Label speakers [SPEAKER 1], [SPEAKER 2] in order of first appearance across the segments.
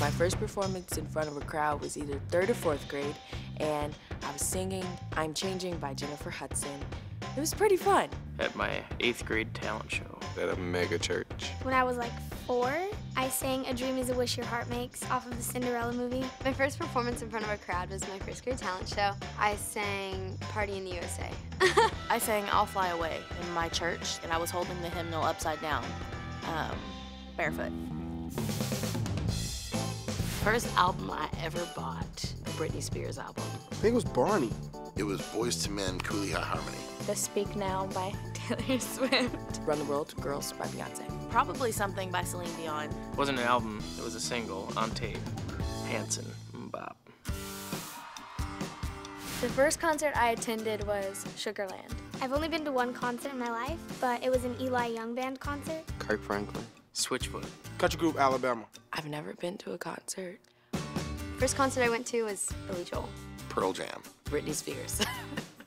[SPEAKER 1] My first performance in front of a crowd was either third or fourth grade, and I was singing I'm Changing by Jennifer Hudson. It was pretty fun.
[SPEAKER 2] At my eighth grade talent show.
[SPEAKER 3] at a mega church.
[SPEAKER 4] When I was like four, I sang A Dream is a Wish Your Heart Makes off of the Cinderella movie.
[SPEAKER 5] My first performance in front of a crowd was my first grade talent show. I sang Party in the USA.
[SPEAKER 6] I sang I'll Fly Away in my church, and I was holding the hymnal upside down, um, barefoot.
[SPEAKER 7] First album I ever bought, a Britney Spears album.
[SPEAKER 8] I think it was Barney.
[SPEAKER 9] It was Boys to Men, Cooley High Harmony.
[SPEAKER 10] The Speak Now by Taylor Swift.
[SPEAKER 1] Run the World Girls by Beyonce.
[SPEAKER 6] Probably something by Celine Dion.
[SPEAKER 2] Wasn't an album, it was a single on tape. Hanson, Bop.
[SPEAKER 10] The first concert I attended was Sugarland.
[SPEAKER 4] I've only been to one concert in my life, but it was an Eli Young Band concert.
[SPEAKER 3] Kirk Franklin.
[SPEAKER 2] Switchfoot.
[SPEAKER 8] Country group Alabama.
[SPEAKER 1] I've never been to a concert.
[SPEAKER 5] First concert I went to was Billy Joel.
[SPEAKER 9] Pearl Jam.
[SPEAKER 1] Britney Spears.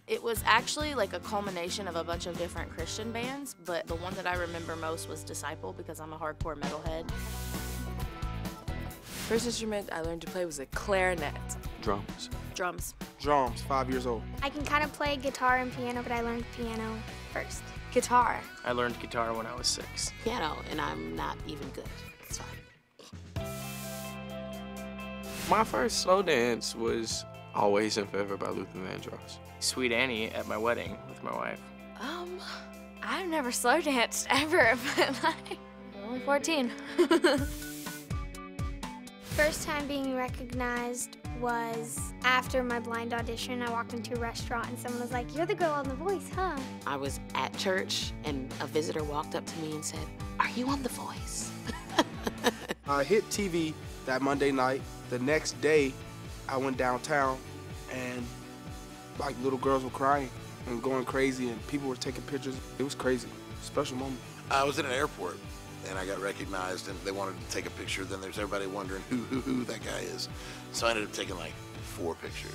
[SPEAKER 6] It was actually like a culmination of a bunch of different Christian bands, but the one that I remember most was Disciple because I'm a hardcore metalhead.
[SPEAKER 1] First instrument I learned to play was a clarinet.
[SPEAKER 3] Drums.
[SPEAKER 6] Drums.
[SPEAKER 8] Drums, five years old.
[SPEAKER 4] I can kind of play guitar and piano, but I learned piano first.
[SPEAKER 5] Guitar.
[SPEAKER 2] I learned guitar when I was six.
[SPEAKER 7] Piano, and I'm not even good. It's fine.
[SPEAKER 3] My first slow dance was Always and Forever by Luther Vandross.
[SPEAKER 2] Sweet Annie at my wedding with my wife.
[SPEAKER 10] Um, I've never slow danced ever in my life. I'm only 14.
[SPEAKER 4] First time being recognized was after my blind audition. I walked into a restaurant and someone was like, You're the girl on The Voice, huh?
[SPEAKER 7] I was at church, and a visitor walked up to me and said, Are you on The Voice?
[SPEAKER 8] I hit TV that Monday night. The next day, I went downtown and like little girls were crying and going crazy and people were taking pictures. It was crazy. Special moment.
[SPEAKER 9] I was in an airport and I got recognized and they wanted to take a picture. Then there's everybody wondering who, who, who that guy is. So I ended up taking like four pictures.